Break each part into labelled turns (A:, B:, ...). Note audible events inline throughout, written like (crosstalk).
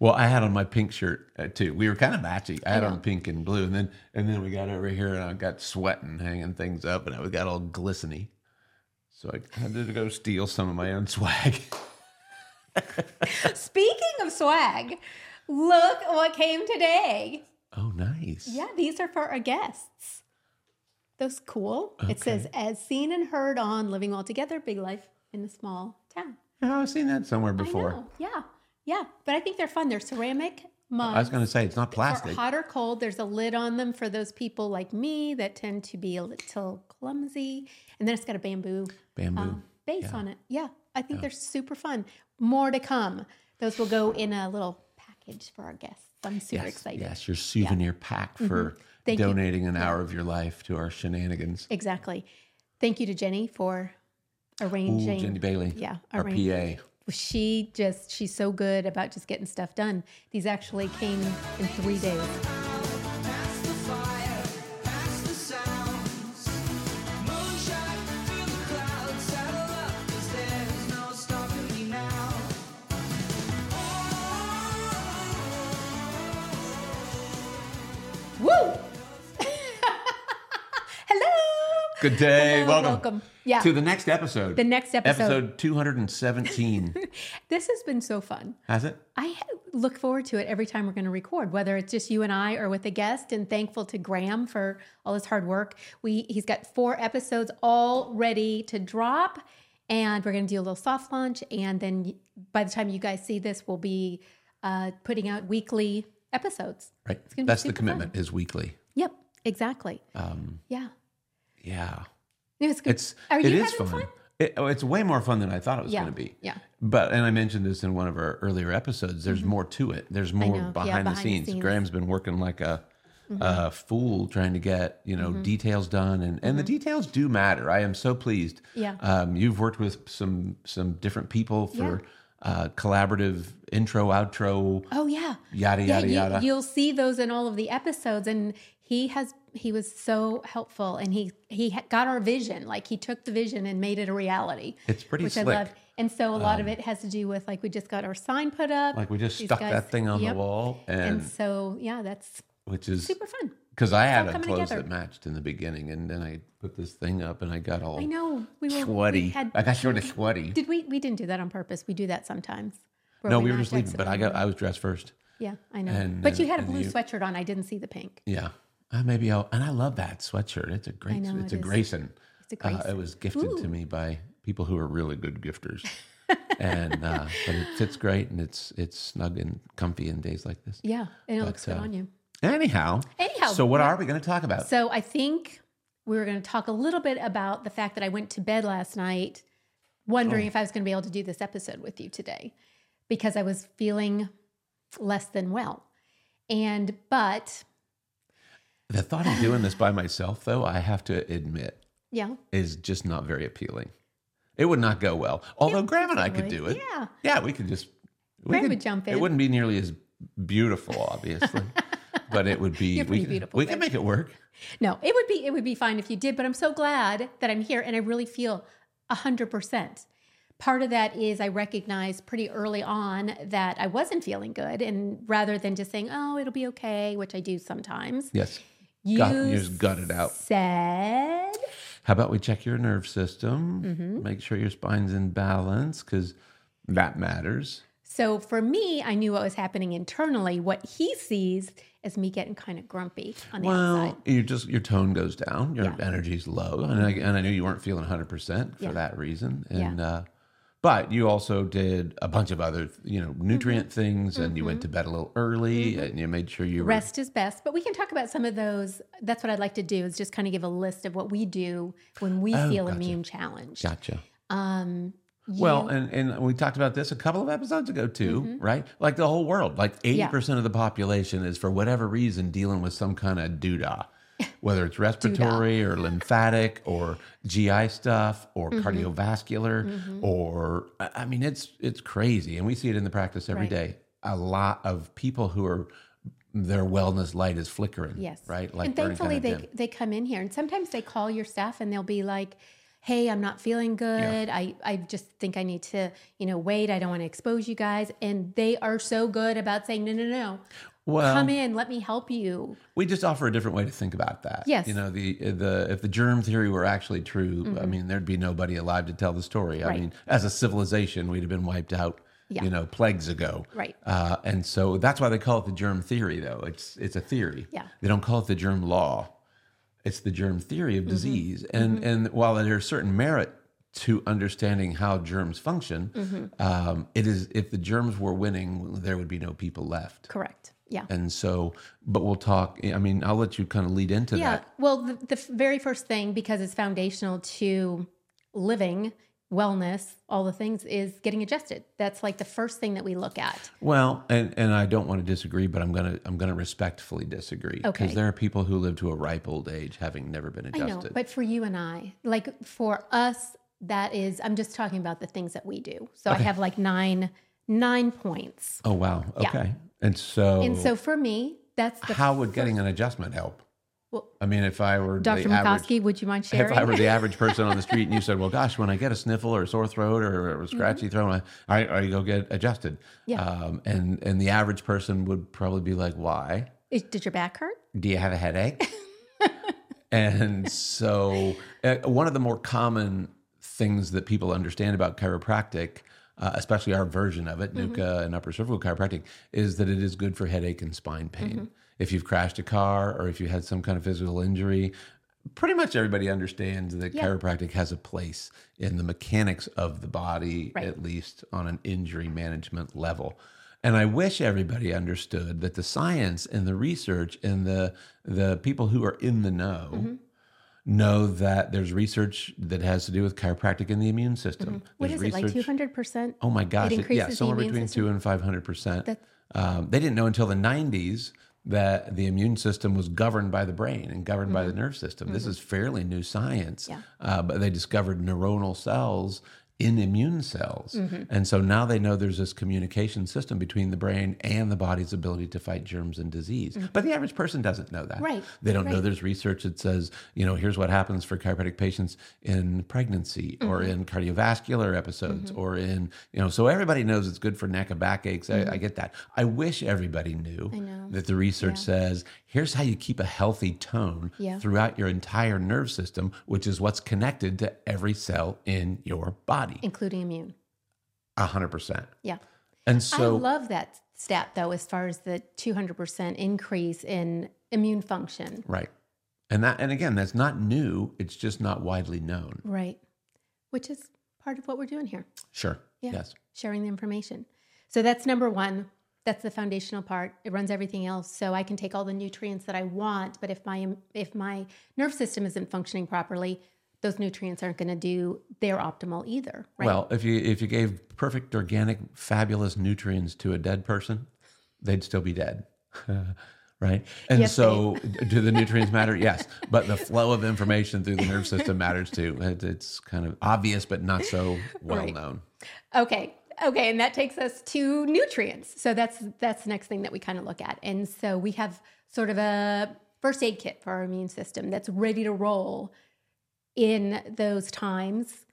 A: Well, I had on my pink shirt uh, too. We were kind of matchy. I had on pink and blue, and then and then we got over here, and I got sweating, hanging things up, and I got all glisteny. So I had to go steal some of my own (laughs) swag.
B: Speaking of swag, look what came today.
A: Oh, nice.
B: Yeah, these are for our guests. Those cool. It says, as seen and heard on Living Well Together, Big Life in a Small Town.
A: Oh, I've seen that somewhere before.
B: I know. Yeah. Yeah. But I think they're fun. They're ceramic mugs.
A: I was going to say it's not
B: For
A: plastic.
B: hot or cold, there's a lid on them for those people like me that tend to be a little clumsy. And then it's got a bamboo
A: Bamboo.
B: um, base on it. Yeah. I think they're super fun. More to come. Those will go in a little package for our guests. I'm super
A: yes,
B: excited.
A: yes, your souvenir pack for
B: Mm-hmm. Thank you.
A: donating an hour of your life to our shenanigans.
B: Exactly. Thank you to Jenny for
A: Ooh,
B: arranging.
A: Jenny Bailey,
B: Yeah,
A: our
B: arranging.
A: PA.
B: She just she's so good about just getting stuff done. These actually came in three days. Woo! (laughs) Hello.
A: Good day.
B: Hello,
A: welcome.
B: welcome. Yeah.
A: To the next episode.
B: The next episode.
A: Episode
B: (laughs)
A: 217.
B: This has been so fun.
A: Has it?
B: I ha- look forward to it every time we're going to record, whether it's just you and I or with a guest. And thankful to Graham for all his hard work. We he's got four episodes all ready to drop, and we're going to do a little soft launch. And then y- by the time you guys see this, we'll be uh, putting out weekly episodes.
A: Right.
B: gonna be
A: That's the
B: super fun.
A: commitment is weekly.
B: Yep, exactly.
A: Um,
B: Yeah,
A: yeah.
B: No, it's good.
A: It's
B: Are
A: it
B: you
A: is
B: having
A: fun. It- oh, it's way more fun than I thought it was
B: Yeah,
A: going to be.
B: yeah.
A: But and I mentioned this in one of our earlier episodes. There's more to it. There's more
B: Mm-hmm. know. Yeah,
A: behind, the,
B: behind the
A: scenes.
B: scenes. Mm-hmm.
A: Graham's been working like a, a fool trying to get you know details done, and and the details do matter. I am so pleased.
B: Mm-hmm. Yeah.
A: Um, you've worked with some some different people for uh, collaborative intro outro.
B: Oh yeah.
A: Yada,
B: Yeah,
A: yada,
B: you,
A: yada.
B: You'll see those in all of the episodes and he has he was so helpful and he he ha- got our vision. Like he took the vision and made it a reality.
A: It's pretty
B: which
A: slick. Um,
B: I love. And so a lot of it has to do with like we just got our sign put up.
A: Like we just
B: These
A: stuck
B: guys-
A: that thing on
B: yep.
A: the wall,
B: And
A: and,
B: so yeah, that's
A: which is
B: super fun.
A: because I had
B: all
A: a
B: coming
A: clothes that
B: together.
A: matched in the beginning, and then I put this thing up, and I got all
B: I know we were
A: sweaty.
B: We had,
A: I got sort of sweaty.
B: did we we didn't do that on purpose. We do that sometimes. where
A: no, we were
B: knock
A: just leaving, but
B: accident-
A: I got I was dressed first.
B: Yeah, I know.
A: and
B: but
A: then-
B: you had a
A: and
B: blue
A: you-
B: sweatshirt on. I didn't see the pink.
A: Yeah, uh, maybe I'll. And I love that sweatshirt. It's a great.
B: know,
A: it's
B: it
A: a
B: is.
A: Grayson.
B: It's a
A: Uh, it
B: Grayson.
A: was gifted to me by people who are really good gifters,
B: (laughs)
A: and uh, but it fits great and it's it's snug and comfy in days like this.
B: Yeah, and it looks good
A: uh,
B: on you.
A: Anyhow.
B: Anyhow,
A: So what are we going to talk about?
B: So I think we were going to talk a little bit about the fact that I went to bed last night
A: Oh.
B: wondering if I was going to be able to do this episode with you today because I was feeling less than well. And but
A: the thought of doing this by myself, though, I have to admit,
B: yeah,
A: is just not very appealing. It would not go well. Although Graham and I could
B: would.
A: do it.
B: Yeah.
A: Yeah, we could just. We
B: Graham
A: could,
B: would jump
A: It
B: in.
A: wouldn't be nearly as beautiful,
B: (laughs)
A: obviously, but it would be.
B: You're
A: we
B: pretty
A: could,
B: beautiful,
A: We could
B: babe.
A: make it work.
B: no, it would be it would be fine if you did, but I'm so glad that I'm here and I really feel 100%. Part of that is I recognized pretty early on that I wasn't feeling good and rather than just saying, "Oh, it'll be okay," which I do sometimes.
A: Yes.
B: You
A: Gut- you just gut it out.
B: Said
A: How about we check your nerve system?
B: Mm-hmm.
A: Make sure your spine's in balance because that matters.
B: So for me, I knew what was happening internally. What he sees is me getting kind of grumpy on the outside.
A: Well, you just your tone goes down, your energy's low, and I, and I knew you weren't feeling 100 percent for
B: Yeah.
A: that reason. And uh, but you also did a bunch of other, you know, nutrient
B: Mm-hmm.
A: things, and you went to bed a little early, and you made sure you were
B: Rest is best, but we can talk about some of those. That's what I'd like to do is just kind of give a list of what we do when we feel immune challenged.
A: Oh, Gotcha.
B: Um,
A: Well, and, and we talked about this a couple of episodes ago too,
B: Mm-hmm.
A: right? Like the whole world, like 80% of the population is for whatever reason dealing with some kind of
B: (laughs)
A: doodah, whether it's respiratory or lymphatic or GI stuff or
B: Mm-hmm.
A: cardiovascular or I I mean it's it's crazy and we see it in the practice every
B: Right.
A: day. A lot of people who are their wellness light is flickering.
B: yes,
A: Right? Like
B: and
A: burning
B: thankfully
A: kind of
B: they they come in here, and sometimes they call your staff and they'll be like, hey, I'm not feeling good. I, I just think I need to, you know, wait. I don't want to expose you guys. And they are so good about saying, no, no, no.
A: Well,
B: Come in, let me help you.
A: we just offer a different way to think about that.
B: Yes.
A: You know, the the if the germ theory were actually true, I mean, there'd be nobody alive to tell the story. I
B: Mm-hmm. Right.
A: mean, as a civilization, we'd have been wiped out.
B: Yeah.
A: You know, plagues ago.
B: Right.
A: Uh, and so that's why they call it the germ theory, though. It's it's a theory.
B: Yeah.
A: They don't call it the germ law. It's the germ theory
B: Mm-hmm.
A: of disease. And and while there's certain merit to understanding how germs function,
B: Mm-hmm.
A: um, it is if the germs were winning, there would be no people left.
B: Correct. Yeah.
A: And so, but we'll talk. I mean, I'll let you kind of lead into
B: Yeah.
A: that.
B: Well, the, the f- very first thing, because it's foundational to living, wellness, all the things, is getting adjusted. That's like the first thing that we look at.
A: Well, and and I don't want to disagree, but I'm gonna I'm gonna respectfully disagree because
B: Okay.
A: there are people who live to a ripe old age having never been
B: I
A: adjusted.
B: know. But for you and I, like for us, that is, I'm just talking about the things that we do. So I have like nine, nine points.
A: oh wow,
B: Yeah.
A: okay. And so,
B: And so for me, that's the
A: Oh. how would getting an adjustment help?
B: Well-
A: I mean, if I were
B: Dr.
A: the average,
B: Mikoski, would you
A: (laughs)
B: mind
A: if
B: sharing?
A: I were the average person on the street, and you
B: (laughs)
A: said, "Well, gosh, when I get a sniffle or a sore throat or a scratchy throat, I, I, I go get adjusted,"
B: Mm-hmm. Yeah.
A: um, and and the average person would probably be like, "Why?"
B: Is- Did your back hurt?
A: do you have a headache? and so, uh, one of the more common things that people understand about chiropractic, uh, especially our version of it, Nuka and upper cervical chiropractic, is that it is good for headache and spine pain. If you've crashed a car or if you had some kind of physical injury, pretty much everybody understands that
B: Yeah.
A: chiropractic has a place in the mechanics of the body,
B: Right.
A: at least on an injury management level. And I wish everybody understood that the science and the research and the the people who are in the know
B: Mm-hmm.
A: know that there's research that has to do with chiropractic and the immune system.
B: Mm-hmm. What
A: There's
B: is it, like 200%?
A: Oh my gosh! It yeah,
B: increases the
A: somewhere
B: immune
A: between
B: system.
A: two and five hundred percent. Um,
B: That's-
A: They didn't know until the nineties that the immune system was governed by the brain and governed by the nerve system. This is fairly new science,
B: Mm-hmm. Yeah.
A: uh, but they discovered neuronal cells in immune cells,
B: Mm-hmm.
A: and so now they know there's this communication system between the brain and the body's ability to fight germs and disease. But the average person doesn't know that.
B: Mm-hmm. Right,
A: They don't know
B: right.
A: there's research that says, you know, here's what happens for chiropractic patients in pregnancy or
B: Mm-hmm.
A: in cardiovascular episodes or in, you know, so everybody knows it's good for neck and back aches. I, I get that. I wish everybody knew
B: Mm-hmm. I know.
A: that the research says here's how you keep a healthy tone
B: Yeah.
A: throughout your entire nerve system, which is what's connected to every cell in your body.
B: Including immune.
A: A 100%.
B: Yeah.
A: And
B: I
A: so,
B: love that stat though, as far as the 200% increase in immune function.
A: right. And that, and again, that's not new. It's just not widely known.
B: Right. Which is part of what we're doing here,
A: Sure.
B: Yeah.
A: Yes.
B: sharing the information. So that's number one. That's the foundational part. It runs everything else. So I can take all the nutrients that I want, but if my if my nerve system isn't functioning properly, those nutrients aren't going to do their optimal either. Right.
A: Well, if you if you gave perfect organic fabulous nutrients to a dead person, they'd still be dead. (laughs) right? And
B: Yes,
A: so do the nutrients matter? Yes, but the flow of information through the nerve system matters too. It, it's kind of obvious but not so well
B: Right.
A: known.
B: Okay. Okay, and that takes us to nutrients. So that's that's the next thing that we kind of look at. And so we have sort of a first aid kit for our immune system that's ready to roll in those times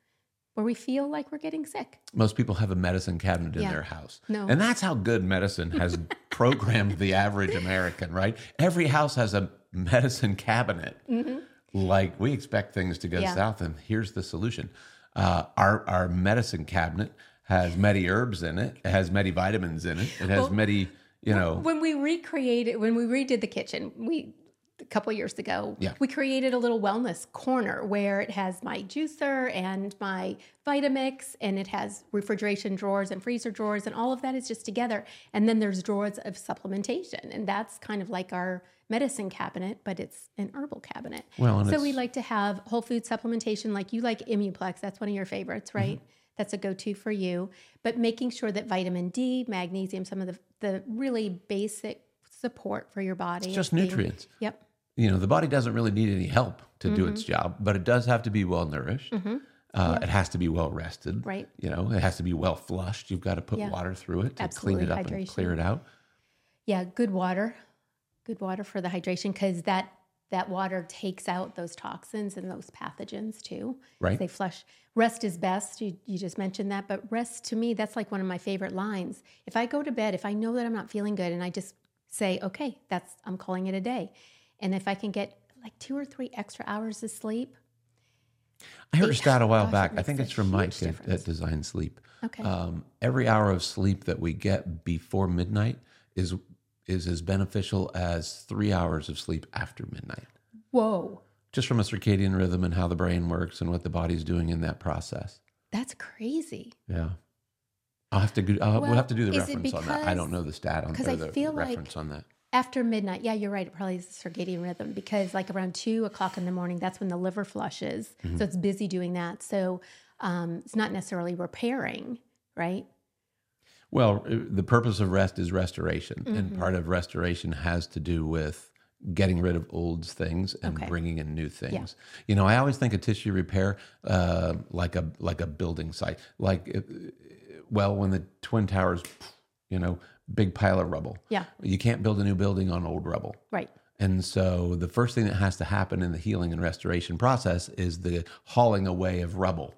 B: where we feel like we're getting sick.
A: Most people have a medicine cabinet in
B: Yeah.
A: their house.
B: No.
A: And that's how good medicine
B: (laughs)
A: has programmed the average American, right? Every house has a medicine cabinet. Like we expect things to go
B: Mm-hmm. Yeah.
A: south, and here's the solution. Uh, our our medicine cabinet has many herbs in it. It has many vitamins in it. It has many, you know,
B: When we recreated when we redid the kitchen, we a couple years ago,
A: Yeah.
B: we created a little wellness corner where it has my juicer and my Vitamix and it has refrigeration drawers and freezer drawers and all of that is just together. And then there's drawers of supplementation and that's kind of like our medicine cabinet, but it's an herbal cabinet.
A: Well, and
B: so we
A: it's-
B: like to have whole food supplementation like you like Imuplex, that's one of your favorites, right?
A: Mm-hmm.
B: That's a go-to for you, but making sure that vitamin D, magnesium, some of the the really basic support for your body.
A: just
B: is being-
A: nutrients.
B: Yep.
A: you know the body doesn't really need any help to do
B: Mm-hmm.
A: its job but it does have to be well nourished uh, it has to be well rested
B: Right.
A: you know it has to be well flushed you've got to put
B: Yeah.
A: water through it to
B: Absolutely,
A: clean it up and
B: hydration.
A: clear it out
B: Yeah, good water. Good water for the hydration because that that water takes out those toxins and those pathogens too.
A: Right.
B: They flush. Rest is best. You, you just mentioned that. But rest to me, that's like one of my favorite lines. If I go to bed, if I know that I'm not feeling good and I just say, okay, that's, I'm calling it a day. And if I can get like two or three extra hours of sleep,
A: I heard a stat a while
B: Gosh,
A: back.
B: it
A: I think
B: makes
A: it's
B: a
A: from Mike
B: huge
A: at,
B: difference.
A: at Design Sleep.
B: Okay.
A: Um, every hour of sleep that we get before midnight is is as beneficial as three hours of sleep after midnight,
B: whoa,
A: just from a circadian rhythm and how the brain works and what the body's doing in that process.
B: that's crazy.
A: Yeah. I'll have to go, I'll,
B: Well,
A: we'll have to do the
B: is it
A: reference on that. I
B: because-
A: don't know the stat on
B: 'cause
A: or
B: I
A: the
B: feel like-
A: reference on that.
B: After midnight, yeah, you're right. It probably is the circadian rhythm because, like, around two o'clock in the morning, that's when the liver flushes. So it's busy doing that. So um, it's not necessarily repairing, right?
A: Well, uh, the purpose of rest is restoration,
B: Mm-hmm.
A: and part of restoration has to do with getting rid of old things and
B: Okay.
A: bringing in new things. You know, I always think of tissue repair uh, like a like a building site, like uh, well, when the twin towers, you know, big pile of rubble.
B: Yeah,
A: You can't build a new building on old rubble.
B: right.
A: And so the first thing that has to happen in the healing and restoration process is the hauling away of rubble,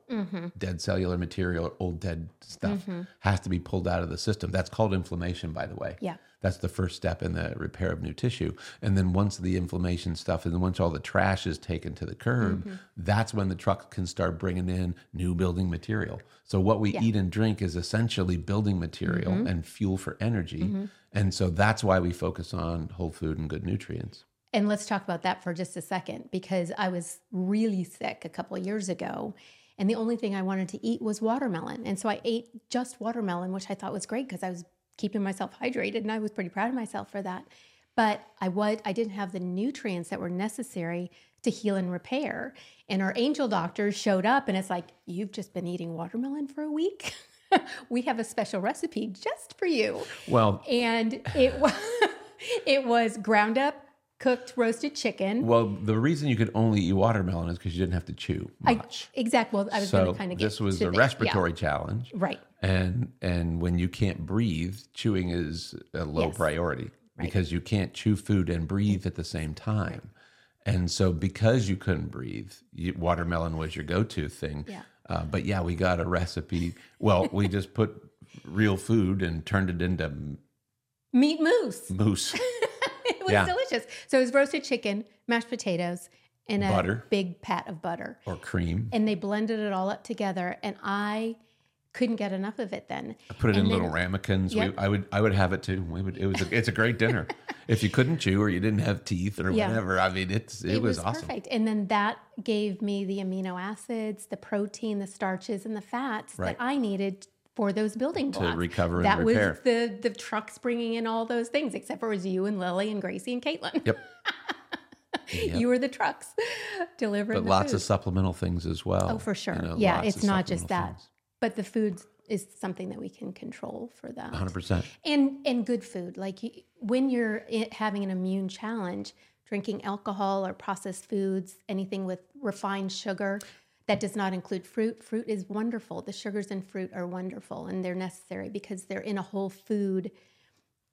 A: dead cellular material, old dead stuff has to be pulled out of the system. That's called inflammation, by the way.
B: Yeah.
A: That's the first step in the repair of new tissue. And then once the inflammation stuff and then once all the trash is taken to the curb,
B: Mm-hmm.
A: that's when the truck can start bringing in new building material. So what we eat and drink is essentially building material
B: Mm-hmm.
A: and fuel for energy. And so that's why we focus on whole food and good nutrients.
B: And let's talk about that for just a second because I was really sick a couple of years ago. And the only thing I wanted to eat was watermelon. And so I ate just watermelon, which I thought was great because I was keeping myself hydrated and I was pretty proud of myself for that. But I was I didn't have the nutrients that were necessary to heal and repair. And our angel doctors showed up and it's like, you've just been eating watermelon for a week. (laughs) we have a special recipe just for you
A: Well,
B: and it was (laughs) it was ground up cooked roasted chicken
A: well, the reason you could only eat watermelon is because you didn't have to chew much.
B: exact well i was
A: so
B: going to kind of get
A: this was
B: to
A: a
B: there. Yeah.
A: respiratory challenge.
B: right
A: and and when you can't breathe chewing is a low
B: Yes.
A: priority because you can't chew food and breathe at the same time and so because you couldn't breathe you, watermelon was your go-to thing
B: Yeah.
A: uh, but yeah we got a recipe well we just put real food and turned it into m-
B: meat mousse
A: mousse
B: (laughs) it was
A: Mm. Yeah.
B: delicious so it was roasted chicken mashed potatoes and a
A: Butter.
B: big pat of butter
A: or cream
B: (laughs) and they blended it all up together and i couldn't get enough of it then
A: i put it in
B: and
A: little
B: then-
A: ramekins
B: Yep.
A: we, i would i would have it too we would it was a, it's a great
B: (laughs)
A: dinner if you couldn't chew or you didn't have teeth or
B: Yeah.
A: whatever i mean it's it, was, awesome
B: perfect and then that gave me the amino acids the protein the starches and the fats
A: Right.
B: that i needed for those building blocks
A: recover and
B: that
A: repair.
B: was the the trucks bringing in all those things except for it was you and lily and gracie and caitlin (laughs)
A: yep
B: you were the trucks (laughs) delivering
A: but
B: the
A: lots
B: food.
A: of supplemental things as well.
B: oh for sure
A: You know,
B: yeah
A: lots
B: it's
A: of
B: not just that
A: supplemental
B: but the food is something that we can control for that
A: things. 100%.
B: and and good food like you, when you're i- having an immune challenge drinking alcohol or processed foods anything with refined sugar that does not include fruit fruit is wonderful the sugars in fruit are wonderful and they're necessary because they're in a whole food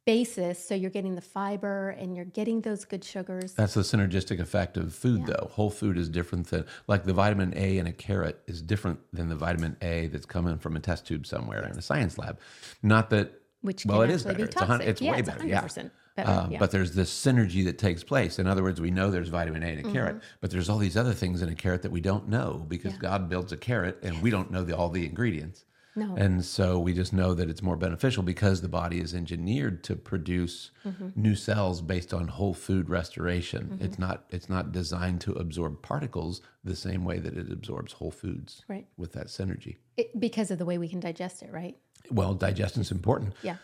B: basis so you're getting the fiber and you're getting those good sugars
A: That's the synergistic effect of food, though. Whole food is different than, like, the vitamin A in a carrot is different than the vitamin A that's coming from a test tube somewhere in a science lab. Not that,
B: which
A: well,
B: can
A: it is better.
B: actually be
A: It's, a
B: toxic
A: hun- it's
B: yeah,
A: way
B: it's
A: better. Yeah.
B: 100% better,
A: Um,
B: yeah.
A: But there's this synergy that takes place. In other words, we know there's vitamin A in a
B: Mm-hmm.
A: carrot, but there's all these other things in a carrot that we don't know because God builds a carrot and we don't know the, all the ingredients.
B: No.
A: And so we just know that it's more beneficial because the body is engineered to produce
B: Mm-hmm.
A: new cells based on whole food restoration. It's not it's not designed to absorb particles the same way that it absorbs whole foods
B: Right.
A: with that synergy.
B: It- because of the way we can digest it right
A: Well, digestion's important.
B: yeah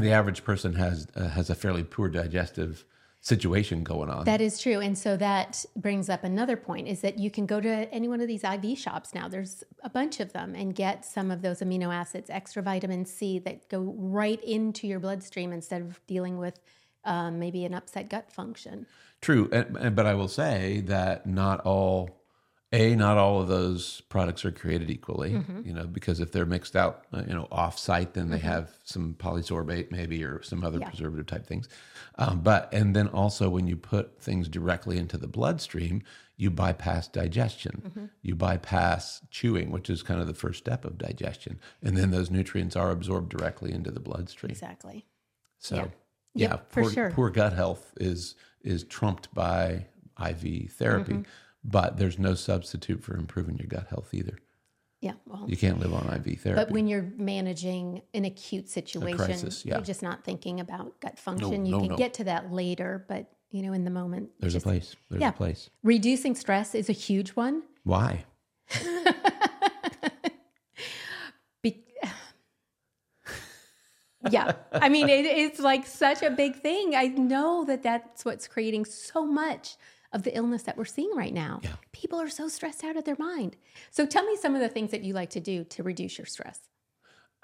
A: the average person has uh, has a fairly poor digestive situation going on.
B: That is true. And so that brings up another point is that you can go to any one of these IV shops now. There's a bunch of them and get some of those amino acids, extra vitamin C that go right into your bloodstream instead of dealing with um, maybe
A: Hmm.
B: an upset gut function.
A: True, and, and- but I will say that not all a not all of those products are created equally you know because if they're mixed out uh, you know off site then they have some polysorbate maybe or some other preservative type things um, but and then also when you put things directly into the bloodstream you bypass digestion you bypass chewing which is kind of the first step of digestion and then those nutrients are absorbed directly into the bloodstream
B: Exactly.
A: so
B: Yeah.
A: yeah,
B: Yep, for
A: poor,
B: sure.
A: poor gut health is is trumped by IV therapy,
B: Mm-hmm.
A: but there's no substitute for improving your gut health either.
B: Yeah. Well,
A: You can't live on IV therapy.
B: but when you're managing an acute situation,
A: crisis, yeah.
B: you're just not thinking about gut function. you
A: no,
B: can
A: no.
B: get to that later, but you know, in the moment,
A: there's
B: just-
A: a place. There's
B: yeah.
A: a place.
B: reducing stress is a huge one.
A: Why?
B: Be- (sighs) yeah. I mean, it, it's like such a big thing. I know that that's what's creating so much of the illness that we're seeing right now.
A: Yeah.
B: People are so stressed out of their mind. So tell me some of the things that you like to do to reduce your stress.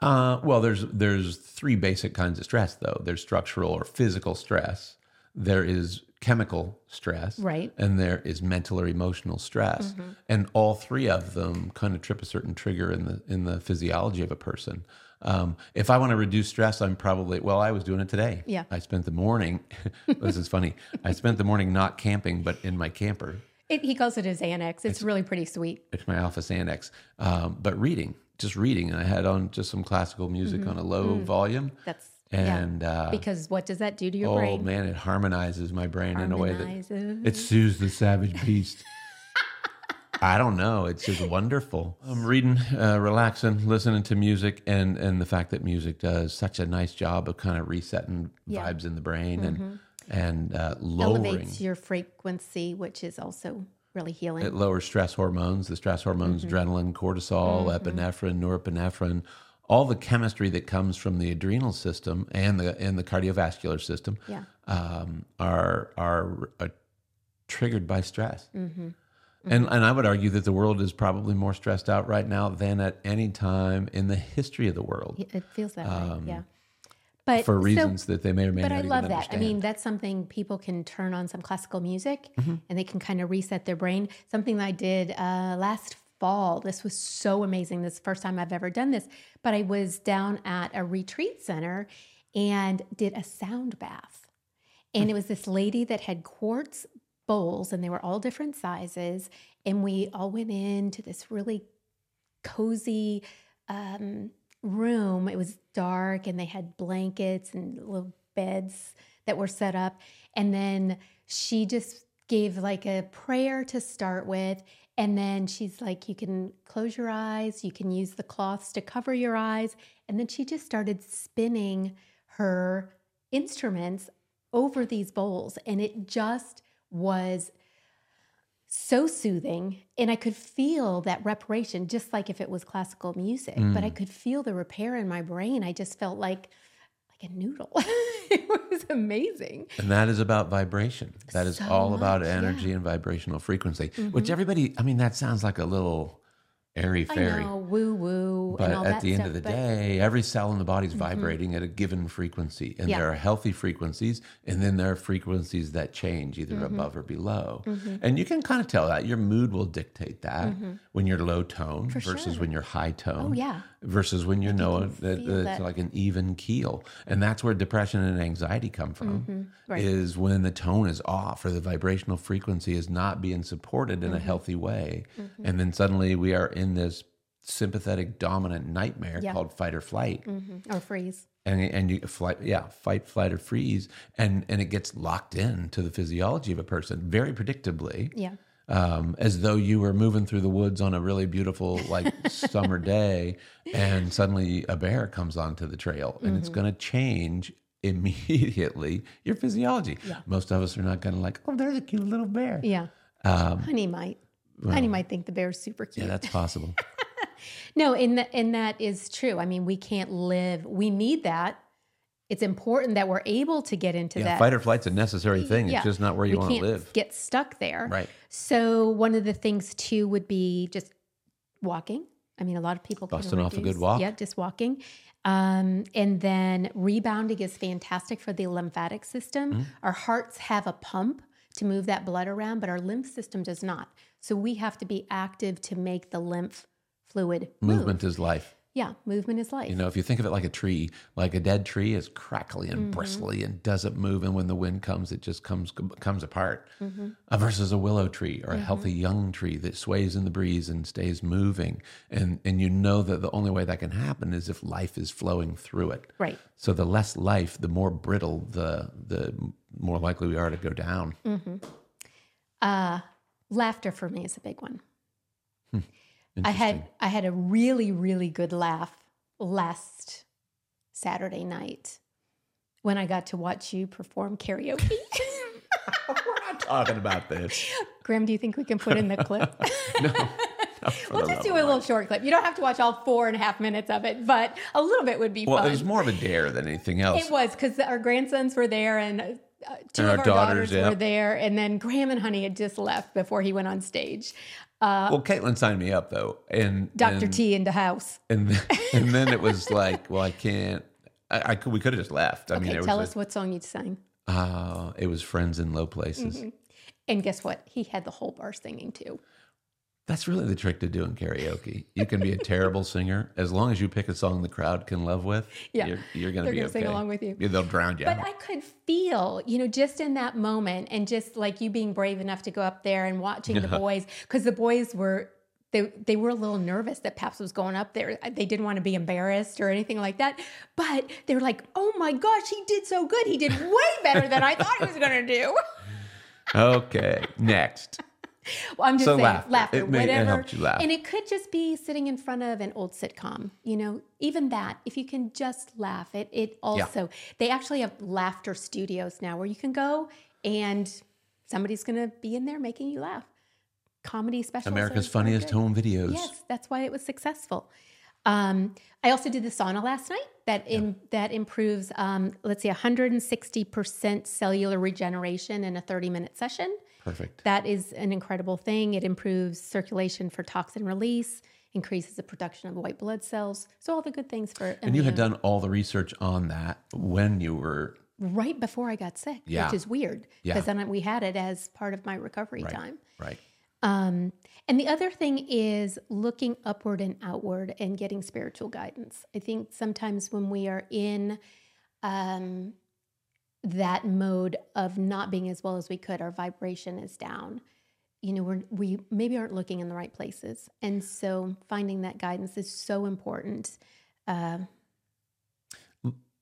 A: Uh, well, there's there's three basic kinds of stress though. There's structural or physical stress. There is chemical stress,
B: Right. Mm-hmm.
A: And there is mental or emotional stress, and all three of them kind of trip a certain trigger in the in the physiology of a person. Um, if I want to reduce stress, I'm probably well. I was doing it today.
B: Yeah.
A: I spent the morning. (laughs) this is funny. I spent the morning not camping, but in my camper.
B: It, he calls it his Xanax. It's, really pretty sweet.
A: It's my office annex, um, but reading, just reading, and I had on just some classical music
B: Mm-hmm.
A: on a low
B: Mm.
A: volume.
B: That's
A: and uh,
B: because what does that do to your
A: oh
B: brain?
A: man, it harmonizes my brain in a way that
B: Harmonizes.
A: it soothes the savage
B: (laughs)
A: beast. I don't know. It's just wonderful. I'm reading, uh, relaxing, listening to music, and and the fact that music does such a nice job of kind of resetting
B: Yeah. Mm-hmm.
A: vibes in the brain and and uh, lowering
B: elevates your frequency, which is also really healing.
A: it lowers stress hormones, the stress hormones,
B: Mm-hmm.
A: adrenaline, cortisol, epinephrine, norepinephrine, all the chemistry that comes from the adrenal system and the and the cardiovascular system
B: Yeah.
A: um, are are uh, triggered by stress.
B: Mm-hmm.
A: And and I would argue that the world is probably more stressed out right now than at any time in the history of the world
B: Yeah, It feels that way. Yeah. But
A: Um, for
B: so-
A: reasons that they may or may
B: but
A: not
B: I
A: even
B: love that.
A: understand. Mm-hmm.
B: I mean, that's something people can turn on some classical music and they can kind of reset their brain. Something that I did uh, last fall. This was so amazing. This is the first time I've ever done this. But I was down at a retreat center and did a sound bath.
A: Mm.
B: And it was this lady that had quartz bowls and they were all different sizes. And we all went into this really cozy um, room. It was dark and they had blankets and little beds that were set up. And then she just gave like a prayer to start with. And then she's like, you can close your eyes, you can use the cloths to cover your eyes. And then she just started spinning her instruments over these bowls. And it just was so soothing and i could feel that reparation just like if it was classical music but i could feel the repair in my brain i just felt like like a noodle (laughs) it was amazing
A: And that is about vibration. That is
B: So
A: all about
B: much, yeah. Mm-hmm.
A: energy and vibrational frequency, which everybody, I mean, that sounds like a little airy fairy.
B: i know woo woo
A: But
B: and all
A: at
B: that
A: the end
B: stuff
A: of the
B: but Mm-hmm.
A: day, every cell in the body is vibrating at a given frequency. And
B: Yeah.
A: there are healthy frequencies, and then there are frequencies that change either
B: Mm-hmm.
A: above or below. And you can kind of tell that. Your mood will dictate that when you're low tone versus when you're high tone.
B: Mm-hmm. oh yeah
A: Versus when you know
B: can
A: that uh,
B: feel
A: it's
B: that.
A: like an even keel. And that's where depression and anxiety come from,
B: Mm-hmm. right.
A: is when the tone is off or the vibrational frequency is not being supported in
B: Mm-hmm.
A: a healthy way. And then suddenly we are in this sympathetic dominant nightmare
B: Yeah. Mm-hmm.
A: called fight or flight.
B: or freeze
A: And, and you flight, yeah, fight, flight, or freeze. And, and it gets locked in to the physiology of a person very predictably
B: yeah
A: um, as though you were moving through the woods on a really beautiful
B: (laughs)
A: like summer day and suddenly a bear comes onto the trail and
B: Mm-hmm.
A: it's going to change immediately your physiology most of us are not going to like oh there's a cute little bear Um,
B: yeah honey might honey might think the bear's super cute
A: yeah that's possible
B: No, and th- and that is true. I mean, we can't live. We need that. It's important that we're able (laughs) to get into
A: yeah
B: that.
A: fight or flight's a necessary thing
B: Yeah.
A: it's just not where
B: we
A: you want to
B: can't
A: live
B: get stuck there.
A: right
B: So one of the things too would be just walking. I mean, a lot of people can
A: Busting off a good
B: reduce-
A: walk.
B: Yeah, just walking. Um, and
A: Mm-hmm.
B: then rebounding is fantastic for the lymphatic system. Our hearts have a pump to move that blood around, but our lymph system does not. So we have to be active to make the lymph fluid move.
A: Movement is life.
B: Yeah, movement is life.
A: You know, if you think of it like a tree, like a dead tree is crackly and
B: Mm-hmm.
A: bristly and doesn't move, and when the wind comes, it just comes comes apart.
B: Mm-hmm.
A: Uh, versus a willow tree or a healthy young tree that sways in the breeze and stays moving, and and you know that the only way that can happen is if life is flowing through it.
B: Right.
A: So the less life, the more brittle, the the more likely we are to go down.
B: Mm. Uh, laughter for me is a big one. I had I had a really really good laugh last Saturday night when I got to watch you
A: (laughs)
B: perform karaoke.
A: We're not
B: (laughs)
A: talking about this.
B: Graham, do you think we can put in the clip?
A: (laughs) No.
B: we'll just do a little short clip. You don't have to watch all four and a half minutes of it, but a little bit would be
A: Well, it
B: fun.
A: was more of a dare than anything else.
B: Um, It was because our grandsons were there and uh, uh, two
A: And our
B: of our
A: daughters,
B: daughters,
A: yeah.
B: were there, and then Graham and Honey had just left before he went on stage. Uh,
A: well, Caitlin signed me up though, and
B: Doctor
A: and-
B: T in the house.
A: and then, (laughs) and then it was like, well, I can't. I, I could. We could have just left. I mean,
B: Okay,
A: there
B: tell
A: was
B: us what song you sang.
A: a- uh, it was friends in low places.
B: Mm-hmm. And guess what? He had the whole bar singing too.
A: That's really the trick to doing karaoke. You can be a terrible singer as long as you pick a song the crowd can love with.
B: Yeah.
A: you're, you're going to
B: They're
A: be
B: gonna
A: okay.
B: sing along with you.
A: Yeah, they'll drown you.
B: But
A: out.
B: I could feel, you know, just in that moment and just like you being brave enough to go up there and watching the boys, because the boys were. They, they were a little nervous that Paps was going up there. They didn't want to be embarrassed or anything like that. But they were like, oh my gosh, he did so good. He did way better than I thought he was going to do. (laughs)
A: okay, next.
B: Well, I'm just
A: So
B: saying,
A: laughter.
B: laughter,
A: It made- it
B: whatever.
A: helped you laugh.
B: And it could just be sitting in front of an old sitcom. You know, even that, if you can just laugh, it it also. They actually have laughter studios now where you can go and somebody's going to be in there making you laugh. Comedy specials. are
A: America's
B: so
A: funniest
B: good.
A: home videos.
B: Yes, that's why it was successful. Um, I also did the sauna last night. That in, that improves, um, let's see, 160 percent cellular regeneration in a 30 minute session.
A: Perfect.
B: That is an incredible thing. It improves circulation for toxin release, increases the production of white blood cells. So all the good things for
A: And you had
B: immune-
A: done all the research on that when you were
B: right before I got sick,
A: Yeah.
B: which is weird
A: Yeah.
B: because then we had it as part of my recovery time.
A: right.
B: Um, and the other thing is looking upward and outward and getting spiritual guidance. I think sometimes when we are in um, that mode of not being as well as we could, our vibration is down. You know, we're, we maybe aren't looking in the right places. And so finding that guidance is so important. Uh,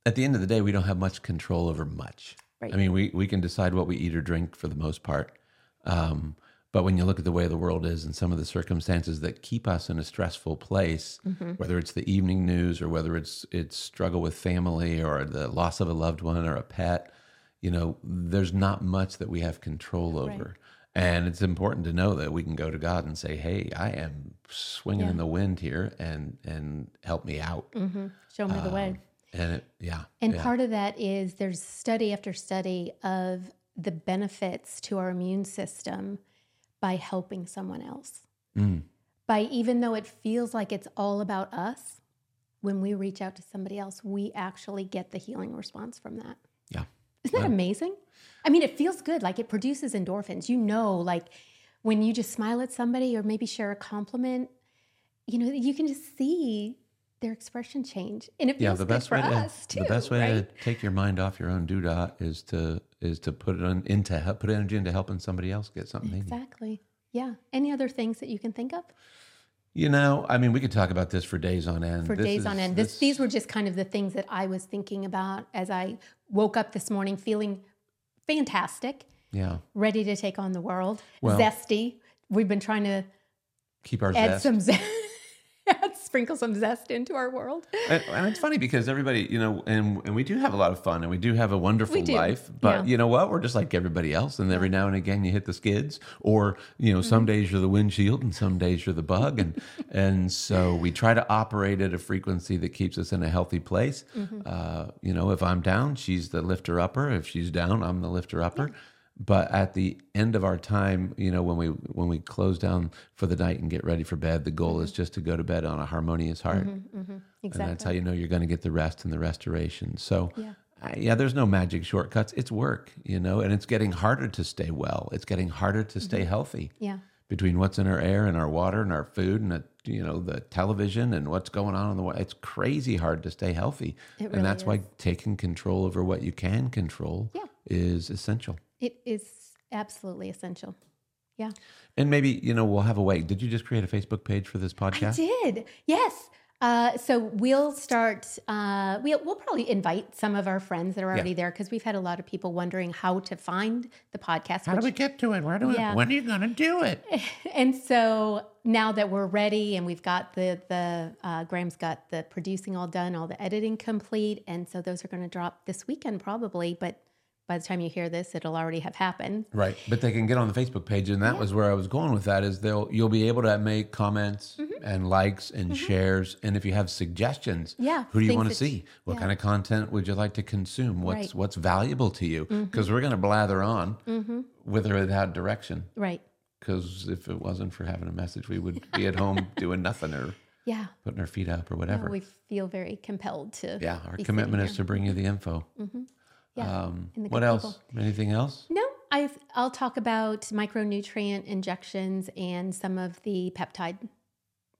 A: at the end of the day, we don't have much control over much.
B: Right.
A: I mean, we, we can decide what we eat or drink for the most part. Um, but when you look at the way the world is and some of the circumstances that keep us in a stressful place,
B: Mm-hmm.
A: whether it's the evening news or whether it's it's struggle with family or the loss of a loved one or a pet, you know, there's not much that we have control over. And it's important to know that we can go to God and say, "Hey, I am swinging in the wind here, and and help me out."
B: Mm-hmm. show me
A: Um,
B: the way.
A: And it, yeah,
B: And part of that is there's study after study of the benefits to our immune system by helping someone else.
A: Mm.
B: By even though it feels like it's all about us, when we reach out to somebody else, we actually get the healing response from that.
A: yeah.
B: Isn't that amazing? I mean, it feels good. Like it produces endorphins. You know, like when you just smile at somebody or maybe share a compliment, you know, you can just see their expression change, and it feels
A: yeah the
B: good
A: best
B: for
A: way to,
B: us too.
A: the best way
B: right?
A: to take your mind off your own doodah is to is to put it on into help, put energy into helping somebody else get something they need.
B: Exactly. Yeah. Any other things that you can think of
A: you know i mean we could talk about this for days on end
B: for
A: This
B: days
A: is-
B: on end? This, these were just kind of the things that I was thinking about as I woke up this morning feeling fantastic,
A: yeah
B: ready to take on the world,
A: Well-
B: zesty. We've been trying to
A: keep our
B: add
A: zest.
B: some zest, (laughs) sprinkle some zest into our world.
A: and, and it's funny because everybody, you know, and and we do have a lot of fun and we do have a wonderful
B: We do.
A: life. But
B: Yeah.
A: you know what? We're just like everybody else, and every now and again you hit the skids, or you know,
B: Mm-hmm.
A: some days you're the windshield and some days you're the bug, and and so we try to operate at a frequency that keeps us in a healthy place.
B: Mm-hmm.
A: Uh, you know, if I'm down, she's the lifter upper. If she's down, I'm the lifter upper. But at the end of our time, you know, when we when we close down for the night and get ready for bed, the
B: Mm-hmm.
A: goal is just to go to bed on a harmonious heart.
B: Exactly.
A: And that's how you know you're going to get the rest and the restoration. So,
B: Yeah.
A: yeah, there's no magic shortcuts. It's work, you know, and it's getting harder to stay well. It's getting harder to stay
B: Mm-hmm.
A: healthy
B: Yeah.
A: between what's in our air and our water and our food and the, you know the television and what's going on in the world. It's crazy hard to stay healthy,
B: It really
A: and that's why taking control over what you can control
B: Yeah.
A: is essential.
B: It is absolutely essential. Yeah.
A: And maybe you know we'll have a way. Did you just create a Facebook page for this
B: I
A: podcast?
B: did. Yes. Uh, so we'll start. Uh, we'll, we'll probably invite some of our friends that are already there because we've had a lot of people wondering how to find the podcast.
A: How do
B: which-
A: we get to it? Where do we?
B: Yeah.
A: When are you going to do it?
B: (laughs) and so now that we're ready and we've got the the uh, Graham's got the producing all done, all the editing complete, and so those are going to drop this weekend probably. But by the time you hear this, it'll already have happened.
A: Right, but they can get on the Facebook page, and that was where I was going with that. Is they'll you'll be able to make comments
B: Mm-hmm.
A: and likes and shares, and if you have suggestions,
B: Yeah,
A: who do you
B: things
A: want to
B: that-
A: see? What kind of content would you like to consume? What's
B: Right. Mm-hmm.
A: what's valuable to you? Because we're going to blather on, with or without direction.
B: Right?
A: Because if it wasn't for having a message, we would be at home
B: (laughs)
A: doing nothing or
B: Yeah.
A: putting our feet up or whatever.
B: We feel very compelled to.
A: yeah, our
B: be sitting
A: commitment
B: here.
A: is to bring you the info.
B: Mm-hmm. Yeah.
A: Um,
B: and the
A: what
B: good
A: else? Anything else?
B: No, I I'll talk about micronutrient injections and some of the peptide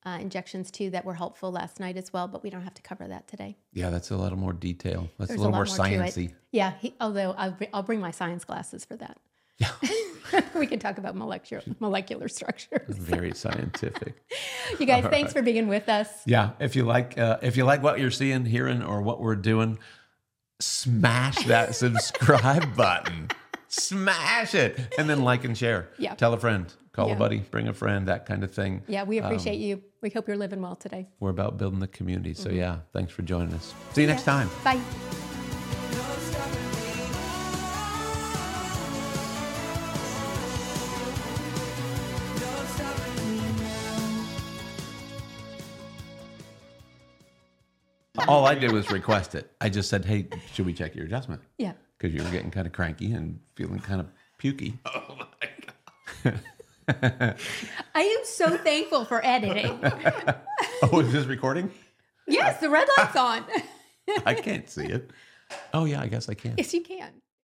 B: uh, injections too that were helpful last night as well, but we don't have to cover that today.
A: Yeah, that's a little more detail. That's
B: There's
A: a little more
B: lot to it.
A: sciency.
B: Yeah, he, although I'll, br- I'll bring my science glasses for that.
A: (laughs)
B: (laughs)
A: Yeah.
B: we can talk about molecular
A: (laughs)
B: molecular structures.
A: Very scientific.
B: You guys, thanks for being with us.
A: Yeah, if you like, uh, if you like what you're seeing, hearing, or what we're doing, smash
B: (laughs)
A: that subscribe button. Smash it, and then like and share.
B: Yeah.
A: Tell a friend, call
B: Yeah.
A: a buddy, bring a friend, that kind of thing.
B: Yeah, we appreciate you. We hope you're living well today.
A: We're about building the community. So yeah, thanks for joining us. See you next
B: Mm-hmm. Yeah.
A: time.
B: Bye.
A: All I did was request it. I just said, "Hey, should we check your adjustment?"
B: Yeah.
A: Because you were getting kind of cranky and feeling kind of
B: (laughs)
A: pukey.
B: I am so thankful for editing.
A: (laughs) Oh, is this recording?
B: yes, the red light's on.
A: I can't see it. Oh yeah, I guess I can.
B: yes, you can.